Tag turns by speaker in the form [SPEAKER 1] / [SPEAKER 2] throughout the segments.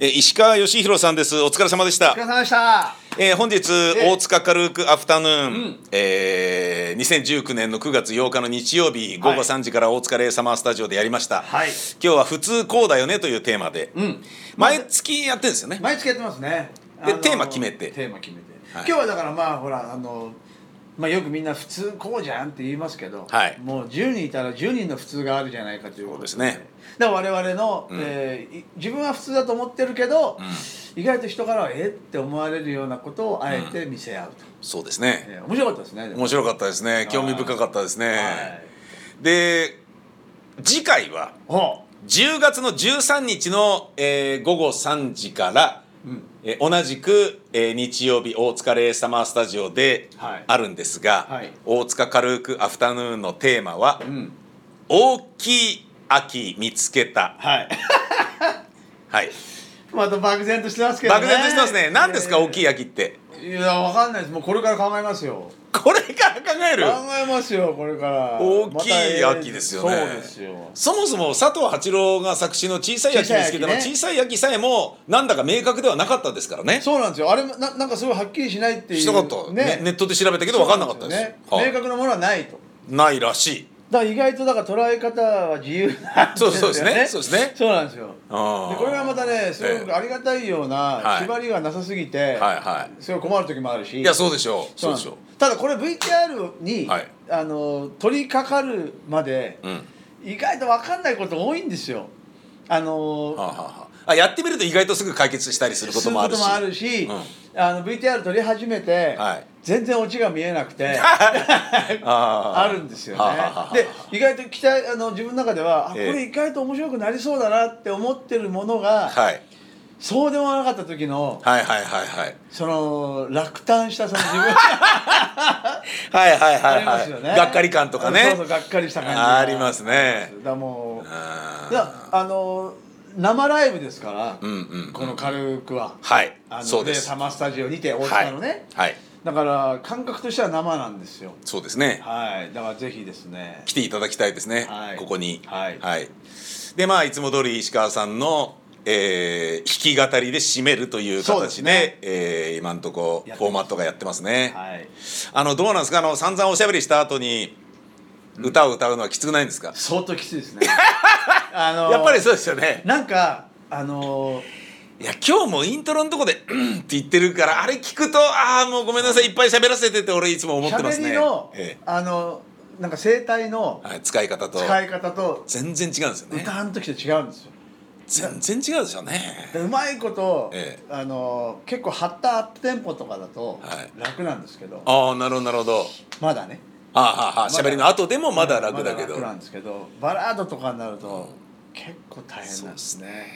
[SPEAKER 1] えー石川義弘さんですお疲れ様でし
[SPEAKER 2] お疲
[SPEAKER 1] た
[SPEAKER 2] れ、様でした。
[SPEAKER 1] えー本日大塚軽くアフタヌーン、
[SPEAKER 2] うん
[SPEAKER 1] えー2019年の9月8日の日曜日午後3時から大塚レイサマースタジオでやりました、
[SPEAKER 2] はい
[SPEAKER 1] 今日は「普通こうだよね」というテーマで、
[SPEAKER 2] うん。
[SPEAKER 1] 毎月やってるんですよね
[SPEAKER 2] 毎月やってますね。
[SPEAKER 1] で
[SPEAKER 2] あの
[SPEAKER 1] テーマ決めて
[SPEAKER 2] テーマ決めて。
[SPEAKER 1] はい
[SPEAKER 2] 今日はだからまあほらあの。まあよくみんな普通こうじゃんって言いますけど、
[SPEAKER 1] はい
[SPEAKER 2] もう10人いたら10人の普通があるじゃないかということ
[SPEAKER 1] そうですね。
[SPEAKER 2] だから我々の、
[SPEAKER 1] うん
[SPEAKER 2] えーい自分は普通だと思ってるけど、
[SPEAKER 1] う
[SPEAKER 2] 意外と人からはえって思われるようなことをあえて見せ合うと、
[SPEAKER 1] そうですね
[SPEAKER 2] えー面白かったですね。でも
[SPEAKER 1] 面白かったですね興味深かったですね、
[SPEAKER 2] はい
[SPEAKER 1] で次回は
[SPEAKER 2] ほ
[SPEAKER 1] 10月の13日の、えー午後3時から、
[SPEAKER 2] う。うん。
[SPEAKER 1] えー同じく、えー日曜日大塚レイサマースタジオで
[SPEAKER 2] はい
[SPEAKER 1] あるんですが、
[SPEAKER 2] はい
[SPEAKER 1] 大塚軽くアフタヌーンのテーマは
[SPEAKER 2] うん。
[SPEAKER 1] 「大きい秋見つけた
[SPEAKER 2] はい。」
[SPEAKER 1] はい
[SPEAKER 2] また漠然としてますけどね。
[SPEAKER 1] 漠然としてますね何ですか
[SPEAKER 2] えー
[SPEAKER 1] 大きい秋って
[SPEAKER 2] いやわかんないですもうこれから考えますよ
[SPEAKER 1] これから考え
[SPEAKER 2] 考
[SPEAKER 1] る
[SPEAKER 2] えますよこれから
[SPEAKER 1] 大きい
[SPEAKER 2] また
[SPEAKER 1] 秋ですよね、
[SPEAKER 2] そうですよ
[SPEAKER 1] そもそも佐藤八郎が作詞の「小さい秋」ですけども
[SPEAKER 2] 小さ
[SPEAKER 1] 小さ
[SPEAKER 2] い秋ね
[SPEAKER 1] い秋さえもなんだか明確ではなかったですからね
[SPEAKER 2] そうなんですよあれななんかすごいはっきりしないっていう
[SPEAKER 1] したかった、ね、ネットで調べたけど分かんなかったです
[SPEAKER 2] そうなんよ
[SPEAKER 1] はい
[SPEAKER 2] ね明確なものはないと
[SPEAKER 1] ないらしい
[SPEAKER 2] だから意外とだから捉え方は自由なんです
[SPEAKER 1] そ
[SPEAKER 2] よ
[SPEAKER 1] うそうですねそうですね
[SPEAKER 2] そうなんですよ
[SPEAKER 1] あー
[SPEAKER 2] でこれがまたねすごくありがたいような
[SPEAKER 1] はい
[SPEAKER 2] 縛りがなさすぎて、
[SPEAKER 1] はいは
[SPEAKER 2] すごい困る時もあるし
[SPEAKER 1] いやそうでしょうそう
[SPEAKER 2] なん
[SPEAKER 1] で
[SPEAKER 2] です
[SPEAKER 1] しょ
[SPEAKER 2] ただこれ VTR に、
[SPEAKER 1] はい
[SPEAKER 2] あの取り掛かるまで、
[SPEAKER 1] う、うん
[SPEAKER 2] 意外と分かんないこと多いんですよ。あのー
[SPEAKER 1] はあ、はあはあ、あやってみると意外とすぐ解決したりすることもあるし
[SPEAKER 2] することもあるし、
[SPEAKER 1] うん
[SPEAKER 2] あの VTR 撮り始めて、
[SPEAKER 1] はい
[SPEAKER 2] 全然オチが見えな くて
[SPEAKER 1] あ
[SPEAKER 2] あるんですよ
[SPEAKER 1] はあはあはあ
[SPEAKER 2] ね。で意外と期待あの自分の中ではあこ
[SPEAKER 1] ええ
[SPEAKER 2] れ意外と面白くなりそうだなって思ってるものが、
[SPEAKER 1] はい、
[SPEAKER 2] そうでもなかった時の
[SPEAKER 1] はいはいはいはい
[SPEAKER 2] その落胆したその自分
[SPEAKER 1] はいはい
[SPEAKER 2] あ
[SPEAKER 1] は
[SPEAKER 2] り
[SPEAKER 1] いは
[SPEAKER 2] ま
[SPEAKER 1] い、
[SPEAKER 2] すよね。
[SPEAKER 1] がっかり感とかね
[SPEAKER 2] そうそうがっかりした感じが
[SPEAKER 1] ありますね
[SPEAKER 2] だからもう
[SPEAKER 1] あ
[SPEAKER 2] いやあの生ライブですから、
[SPEAKER 1] うんうん
[SPEAKER 2] この軽くは。
[SPEAKER 1] はい
[SPEAKER 2] あの
[SPEAKER 1] そうです
[SPEAKER 2] サマースタジオにて大
[SPEAKER 1] はい
[SPEAKER 2] 塚のね、
[SPEAKER 1] はい
[SPEAKER 2] だから感覚としては生なんですよ
[SPEAKER 1] そうですね
[SPEAKER 2] はいだからぜひですね
[SPEAKER 1] 来ていただきたいですね、
[SPEAKER 2] はい
[SPEAKER 1] ここに
[SPEAKER 2] はい
[SPEAKER 1] でまあいつも通り石川さんの、えー弾き語りで締めるという
[SPEAKER 2] そうです
[SPEAKER 1] 形で
[SPEAKER 2] ね
[SPEAKER 1] えー今んとこ
[SPEAKER 2] やってます
[SPEAKER 1] フォーマットがやってますね、
[SPEAKER 2] はい
[SPEAKER 1] あのどうなんですかあの散々おしゃべりした後に歌を歌うのはきつくないんですか、
[SPEAKER 2] 相当きついです ねあの
[SPEAKER 1] やっぱりそうですよね
[SPEAKER 2] なんかあの
[SPEAKER 1] いや今日もイントロのとこで「うん」って言ってるからあれ聞くとああもうごめんなさいいっぱい喋らせてって俺いつも思ってます
[SPEAKER 2] 喋
[SPEAKER 1] ね
[SPEAKER 2] りの、
[SPEAKER 1] え
[SPEAKER 2] あのなんか声帯の
[SPEAKER 1] えはい、使い方と
[SPEAKER 2] 使い方と
[SPEAKER 1] 全然違うんですよね
[SPEAKER 2] 歌の時と違うんですよ
[SPEAKER 1] 全然違うでしょうね
[SPEAKER 2] でうまいこと、
[SPEAKER 1] え
[SPEAKER 2] あの結構張ったアップテンポとかだと
[SPEAKER 1] はい
[SPEAKER 2] 楽なんですけど、
[SPEAKER 1] ああなるほどなるほど
[SPEAKER 2] まだね
[SPEAKER 1] ああはあ
[SPEAKER 2] まだ
[SPEAKER 1] 喋りの後でもまだ楽だけど、
[SPEAKER 2] ま楽なんですけどバラードとかになると結構大変
[SPEAKER 1] そう
[SPEAKER 2] なん
[SPEAKER 1] で
[SPEAKER 2] です
[SPEAKER 1] すね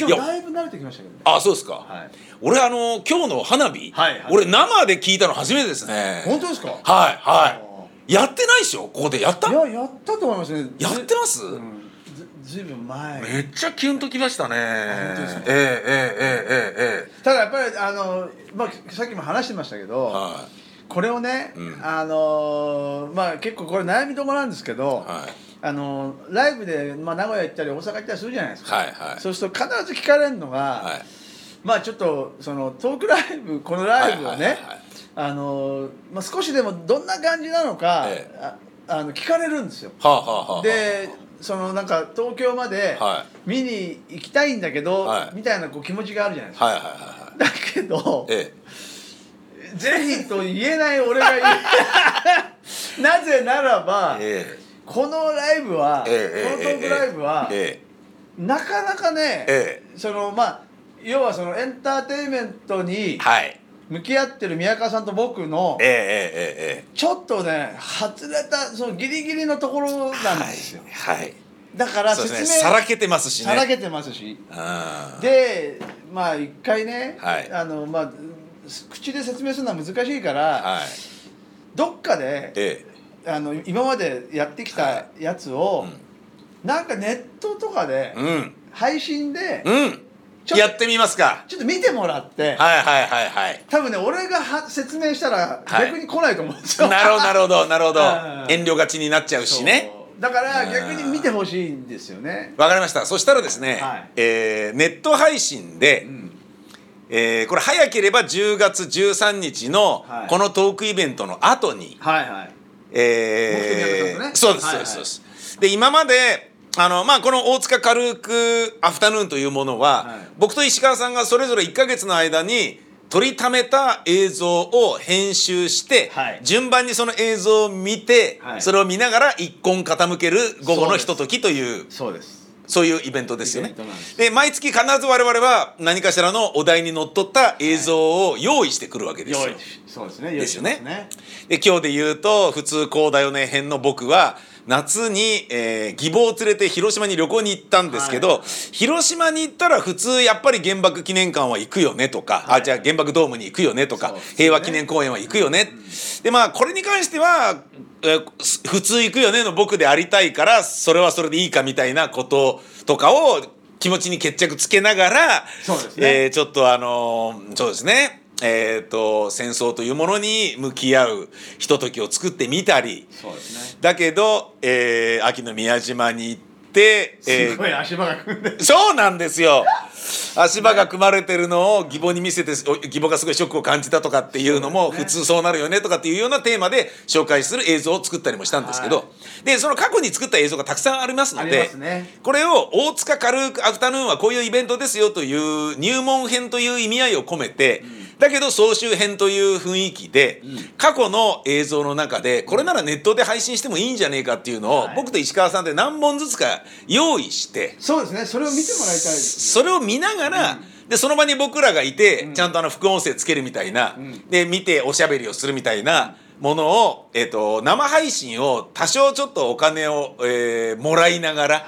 [SPEAKER 2] で
[SPEAKER 1] いや
[SPEAKER 2] もだいぶ慣れてきましたけどね
[SPEAKER 1] あそうですか、
[SPEAKER 2] はい
[SPEAKER 1] 俺あの今日の花火、
[SPEAKER 2] はいはい
[SPEAKER 1] 俺生で聞いたの初めてですね
[SPEAKER 2] 本当ですか
[SPEAKER 1] はい
[SPEAKER 2] あ
[SPEAKER 1] はいやってないでしょここでやった
[SPEAKER 2] いややったと思いますね
[SPEAKER 1] やってます、
[SPEAKER 2] ず,、うん、ずずいぶん前
[SPEAKER 1] めっちゃキュンときましたね
[SPEAKER 2] 本当ですね
[SPEAKER 1] ええええええええ
[SPEAKER 2] ただやっぱりあの、まあ、さっきも話してましたけど、
[SPEAKER 1] は
[SPEAKER 2] これをね、
[SPEAKER 1] うん
[SPEAKER 2] あのーまあ結構これ悩みどころなんですけど、
[SPEAKER 1] はい
[SPEAKER 2] あのーライブで、まあ、名古屋行ったり大阪行ったりするじゃないですか、
[SPEAKER 1] はいはい
[SPEAKER 2] そうすると必ず聞かれるのが、
[SPEAKER 1] いはい
[SPEAKER 2] まあちょっとそのトークライブこのライブを
[SPEAKER 1] はい
[SPEAKER 2] ね
[SPEAKER 1] はいはい
[SPEAKER 2] あのーまあ少しでもどんな感じなのか、
[SPEAKER 1] え
[SPEAKER 2] ああの聞かれるんですよ。
[SPEAKER 1] はあはあはあはあ
[SPEAKER 2] でそのなんか東京まで
[SPEAKER 1] は
[SPEAKER 2] 見に行きたいんだけど、
[SPEAKER 1] はい
[SPEAKER 2] みたいなこう気持ちがあるじゃないですか。
[SPEAKER 1] はいはいはいはい
[SPEAKER 2] だけど
[SPEAKER 1] え
[SPEAKER 2] ぜひと言えない俺が言 うなぜならば
[SPEAKER 1] ええ
[SPEAKER 2] このライブは、
[SPEAKER 1] えええ
[SPEAKER 2] このト
[SPEAKER 1] え
[SPEAKER 2] ークライブは、
[SPEAKER 1] え
[SPEAKER 2] なかなかね、
[SPEAKER 1] え
[SPEAKER 2] そのまあ要はそのエンターテインメント
[SPEAKER 1] え
[SPEAKER 2] に
[SPEAKER 1] はい
[SPEAKER 2] 向き合ってる宮川さんと僕の
[SPEAKER 1] ええええええ
[SPEAKER 2] ちょっとね外れたそのギリギリのところなんですよ、
[SPEAKER 1] はいはい
[SPEAKER 2] だから
[SPEAKER 1] そう
[SPEAKER 2] 説
[SPEAKER 1] です
[SPEAKER 2] 明
[SPEAKER 1] ねさらけてますしね
[SPEAKER 2] さらけてますし
[SPEAKER 1] あー
[SPEAKER 2] でまあ一回ね、
[SPEAKER 1] はい
[SPEAKER 2] あのまあ口で説明するのは難しいから、
[SPEAKER 1] はい
[SPEAKER 2] どっかで
[SPEAKER 1] ええ
[SPEAKER 2] あの今までやってきた
[SPEAKER 1] は
[SPEAKER 2] やつを、なんかネットとかで、
[SPEAKER 1] うん
[SPEAKER 2] 配信で、
[SPEAKER 1] うん
[SPEAKER 2] ちょ
[SPEAKER 1] やってみますか
[SPEAKER 2] ちょっと見てもらって、
[SPEAKER 1] はいはいはいはい
[SPEAKER 2] 多分ね俺がは説明したら
[SPEAKER 1] はい
[SPEAKER 2] 逆に来ないと思うんですよ、
[SPEAKER 1] なるほどなるほどなるほど
[SPEAKER 2] うん
[SPEAKER 1] 遠慮がちになっちゃうしね
[SPEAKER 2] そうだから逆に見てほしいんですよね
[SPEAKER 1] わかりましたそしたらですね、
[SPEAKER 2] はい
[SPEAKER 1] えーネット配信で、えーこれ早ければ10月13日の
[SPEAKER 2] はい
[SPEAKER 1] このトークイベントの後に、
[SPEAKER 2] はいはい
[SPEAKER 1] え
[SPEAKER 2] 僕と宮田さんとね
[SPEAKER 1] そうです、
[SPEAKER 2] はいはい
[SPEAKER 1] そうですそうですで今まであのまあこの大塚軽くアフタヌーンというものは、
[SPEAKER 2] はい
[SPEAKER 1] 僕と石川さんがそれぞれ1ヶ月の間に撮りためた映像を編集して、
[SPEAKER 2] はい
[SPEAKER 1] 順番にその映像を見て、
[SPEAKER 2] はい
[SPEAKER 1] それを見ながら一根傾ける午後のひとときという
[SPEAKER 2] そうです
[SPEAKER 1] そういうイベントですよ
[SPEAKER 2] イベ
[SPEAKER 1] ね
[SPEAKER 2] ントなんです。
[SPEAKER 1] で毎月必ず我々は何かしらのお題にのっとった映像を用意してくるわけですよ。
[SPEAKER 2] そうですね
[SPEAKER 1] ですよね
[SPEAKER 2] 用意します
[SPEAKER 1] で今日で言うと「普通こうだよね」編の僕は夏に、えー義母を連れて広島に旅行に行ったんですけど、
[SPEAKER 2] はい
[SPEAKER 1] 広島に行ったら普通やっぱり原爆記念館は行くよねとか、
[SPEAKER 2] はい
[SPEAKER 1] あじゃあ原爆ドームに行くよねとか、
[SPEAKER 2] そうですね
[SPEAKER 1] 平和記念公園は行くよね、でまあこれに関しては、えーす普通行くよねの僕でありたいからそれはそれでいいかみたいなこととかを気持ちに決着つけながら
[SPEAKER 2] そうですね
[SPEAKER 1] えーちょっとあのーそうですねえー、と戦争というものに向き合うひとときを作ってみたり
[SPEAKER 2] そうですね
[SPEAKER 1] だけど、えー秋の宮島に行って、えー
[SPEAKER 2] すごい足場が組んで
[SPEAKER 1] そうなんですよ足場が組まれてるのを義母に見せてお義母がすごいショックを感じたとかっていうのも
[SPEAKER 2] そう
[SPEAKER 1] 普
[SPEAKER 2] です
[SPEAKER 1] 通そうなるよねとかっていうようなテーマで紹介する映像を作ったりもしたんですけど、
[SPEAKER 2] は
[SPEAKER 1] でその過去に作った映像がたくさんありますの
[SPEAKER 2] あり
[SPEAKER 1] で
[SPEAKER 2] ますね
[SPEAKER 1] これを大塚軽くアフタヌーンはこういうイベントですよという入門編という意味合いを込めて、だけど総集編という雰囲気で、過去の映像の中でこれならネットで配信してもいいんじゃねえかっていうのを、
[SPEAKER 2] はい
[SPEAKER 1] 僕と石川さんで何本ずつか用意して。
[SPEAKER 2] そうですねそれを見てもらいたいです
[SPEAKER 1] それを見ながら、でその場に僕らがいて、ちゃんとあの副音声つけるみたいな、で見ておしゃべりをするみたいなものを、えっと生配信を多少ちょっとお金を、えーもらいなが
[SPEAKER 2] は
[SPEAKER 1] ら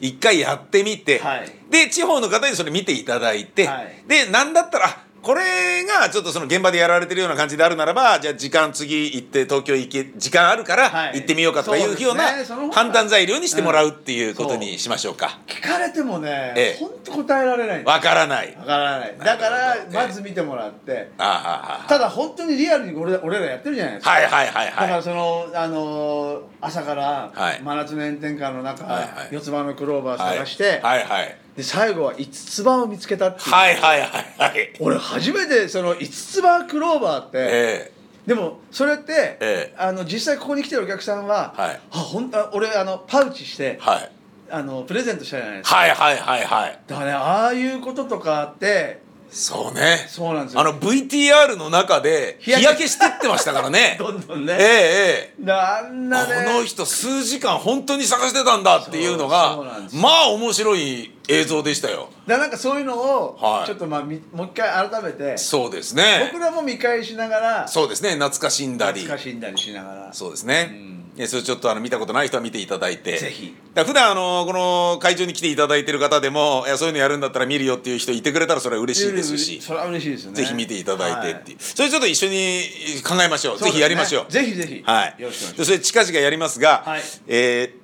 [SPEAKER 1] 一回やってみて、
[SPEAKER 2] はい
[SPEAKER 1] で地方の方にそれ見ていただいて、
[SPEAKER 2] はい
[SPEAKER 1] でなんだったらあこれがちょっとその現場でやられてるような感じであるならばじゃあ時間次行って東京行け時間あるから
[SPEAKER 2] はい
[SPEAKER 1] 行ってみようかとかい
[SPEAKER 2] そうで
[SPEAKER 1] う
[SPEAKER 2] すね
[SPEAKER 1] ような
[SPEAKER 2] その方が
[SPEAKER 1] 判断材料にしてもらうっていうことにしましょうか。
[SPEAKER 2] 聞かれても
[SPEAKER 1] え
[SPEAKER 2] ね
[SPEAKER 1] え
[SPEAKER 2] 本当答えられないわ
[SPEAKER 1] わからない。
[SPEAKER 2] からないだ
[SPEAKER 1] な
[SPEAKER 2] から
[SPEAKER 1] るほどね
[SPEAKER 2] まず見てもらって
[SPEAKER 1] ああ
[SPEAKER 2] ただ本当にリアルに俺ら俺らやってるじゃないですか
[SPEAKER 1] はいはいはい
[SPEAKER 2] だか
[SPEAKER 1] は
[SPEAKER 2] らその、あのー朝から
[SPEAKER 1] はい
[SPEAKER 2] 真夏の炎天下の中、
[SPEAKER 1] はいはい
[SPEAKER 2] 四つ葉のクローバー
[SPEAKER 1] い。
[SPEAKER 2] 探して、
[SPEAKER 1] はいはい。
[SPEAKER 2] で最後は五つ葉を見つけたっていう、
[SPEAKER 1] はいはいはいはい。
[SPEAKER 2] 俺初めてその五つ葉クローバーって、
[SPEAKER 1] え
[SPEAKER 2] でもそれって、
[SPEAKER 1] ええ
[SPEAKER 2] あの実際ここに来てるお客さんは、
[SPEAKER 1] はい
[SPEAKER 2] あほんあ俺あのパウチして、
[SPEAKER 1] えはい。
[SPEAKER 2] あのプレゼントしたじゃないですか、
[SPEAKER 1] はいはいはいはい。
[SPEAKER 2] だからねああいうこととかって
[SPEAKER 1] そうね。
[SPEAKER 2] そうなんですよ
[SPEAKER 1] あの VTR の中で日
[SPEAKER 2] 日焼け
[SPEAKER 1] 焼けしてってましたからね。
[SPEAKER 2] どんどん
[SPEAKER 1] え
[SPEAKER 2] ね、
[SPEAKER 1] えええ。
[SPEAKER 2] なん
[SPEAKER 1] こ
[SPEAKER 2] なね
[SPEAKER 1] の人数時間本当に探してたんだっていうの
[SPEAKER 2] そうそうな
[SPEAKER 1] が
[SPEAKER 2] んですよ
[SPEAKER 1] まあ面白い映像でしたよ。
[SPEAKER 2] だからなんかそういうのを、
[SPEAKER 1] はい
[SPEAKER 2] ちょっとまあみもう一回改めて
[SPEAKER 1] そうですね
[SPEAKER 2] 僕。らも見返しながら
[SPEAKER 1] そうですね。懐かしんだり。
[SPEAKER 2] 懐かしんだりしながら
[SPEAKER 1] そうですね、えそれちょっとあの見たことない人は見ていただいて
[SPEAKER 2] ぜひ
[SPEAKER 1] だから普段あのこの会場に来ていただいてる方でもいやそういうのやるんだったら見るよっていう人いてくれたらそれは嬉しいですし、
[SPEAKER 2] それは嬉しいですよね
[SPEAKER 1] ぜひ見ていただいてって
[SPEAKER 2] は
[SPEAKER 1] いう、それちょっと一緒に考えましょう
[SPEAKER 2] そうですね
[SPEAKER 1] ぜひやりましょう
[SPEAKER 2] ぜひぜひ
[SPEAKER 1] はい
[SPEAKER 2] よろしくお願いし
[SPEAKER 1] でそれ近々やりますが、
[SPEAKER 2] はい
[SPEAKER 1] え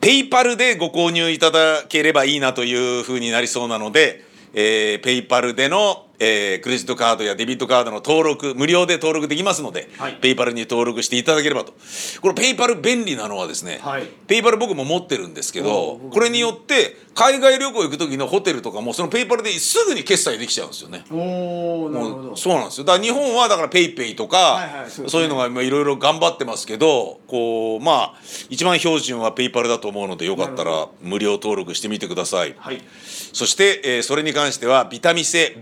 [SPEAKER 1] ペイパルでご購入いただければいいなというふうになりそうなのでえペイパルでの、えークレジットカードやデビットカードの登録無料で登録できますので、
[SPEAKER 2] はい
[SPEAKER 1] ペイパルに登録していただければとこれペイパル便利なのはですね、
[SPEAKER 2] はい
[SPEAKER 1] ペイパル僕も持ってるんですけ
[SPEAKER 2] お
[SPEAKER 1] ど
[SPEAKER 2] う僕も
[SPEAKER 1] これによって海外旅行行く時のホテルとかもそのペイパルですぐに決済できちゃうんですよね。
[SPEAKER 2] おおーなるほど
[SPEAKER 1] そうなんですよだから日本はだからペイペイとか、
[SPEAKER 2] いはい
[SPEAKER 1] そ
[SPEAKER 2] そううですね
[SPEAKER 1] いうのが今いろいろ頑張ってますけどこうまあ一番標準はペイパルだと思うのでよかった
[SPEAKER 2] な
[SPEAKER 1] ら無料登録してみてください、
[SPEAKER 2] はい
[SPEAKER 1] そして、えーそれに関してはビタミセ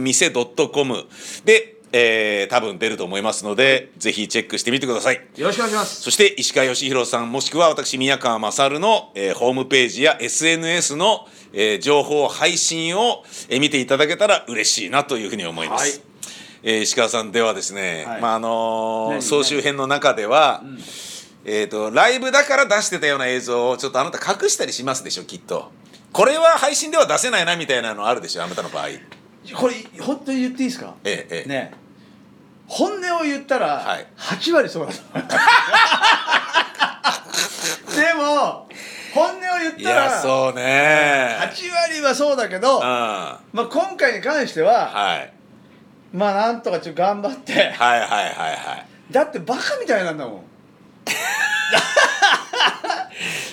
[SPEAKER 1] V-mise.com で、えー多分出ると思いますのでぜひチェックしてみてください
[SPEAKER 2] よろしくお願いします
[SPEAKER 1] そして石川義弘さんもしくは私宮川勝の、えーホームページや SNS の、えー情報配信を、えー見ていただけたら嬉しいなというふうに思います。
[SPEAKER 2] はい
[SPEAKER 1] えー石川さんではですね、
[SPEAKER 2] はい
[SPEAKER 1] まああのー
[SPEAKER 2] 何
[SPEAKER 1] 総集編の中では、えー、とライブだから出してたような映像をちょっとあなた隠したりしますでしょきっとこれは配信では出せないなみたいなのあるでしょあなたの場合え
[SPEAKER 2] これ本当に言っていいですか
[SPEAKER 1] えええ
[SPEAKER 2] ね本音を言った
[SPEAKER 1] は
[SPEAKER 2] ら
[SPEAKER 1] い
[SPEAKER 2] 8割そうだと思いま すでも本音を言っ
[SPEAKER 1] い
[SPEAKER 2] た
[SPEAKER 1] や
[SPEAKER 2] ら
[SPEAKER 1] そうね
[SPEAKER 2] 8割はそうだけど
[SPEAKER 1] うんは
[SPEAKER 2] まあ今回に関して
[SPEAKER 1] い
[SPEAKER 2] は
[SPEAKER 1] はい
[SPEAKER 2] まあなんとかちょっと頑張って
[SPEAKER 1] はいはいはい
[SPEAKER 2] だってバカみたいなんだもん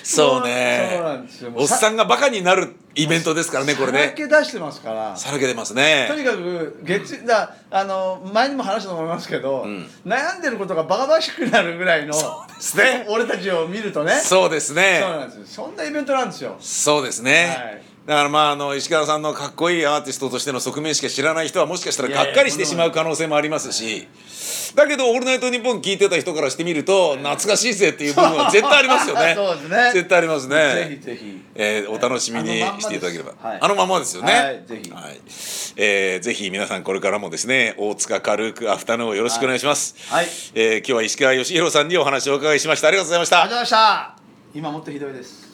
[SPEAKER 1] そうね
[SPEAKER 2] そうなんですよもう
[SPEAKER 1] おっさんがバカになるイベントですからねこれね
[SPEAKER 2] 酒出してますから
[SPEAKER 1] さらけ出ますね
[SPEAKER 2] とにかく月だあの前にも話したと思いますけど、
[SPEAKER 1] ん
[SPEAKER 2] 悩んでることがバカバしくなるぐらいの
[SPEAKER 1] そうですね
[SPEAKER 2] 俺たちを見るとねそう
[SPEAKER 1] そうですね
[SPEAKER 2] なんですよそんなイベントなんですよ
[SPEAKER 1] そうですね、
[SPEAKER 2] はい
[SPEAKER 1] だからまああの石川さんのかっこいいアーティストとしての側面しか知らない人はもしかしたらがっかりしてしまう可能性もありますしだけど「オールナイトニッポン」聞いてた人からしてみると懐かしいぜっていう部分は絶対ありますよね
[SPEAKER 2] そうですね
[SPEAKER 1] 絶対ありますね
[SPEAKER 2] ぜひぜひ
[SPEAKER 1] えーお楽しみに
[SPEAKER 2] あのまんまです
[SPEAKER 1] していただければ
[SPEAKER 2] はい
[SPEAKER 1] あのまんまですよね、
[SPEAKER 2] はいぜひ
[SPEAKER 1] はいえーぜひ皆さんこれからもですね大塚軽くアフタヌーンをよろしくお願いします、
[SPEAKER 2] はい
[SPEAKER 1] えー今日は石川義弘さんにお話をお伺いしましたありがとうございまし
[SPEAKER 2] あ
[SPEAKER 1] た
[SPEAKER 2] りがとうございました今もっとひどいです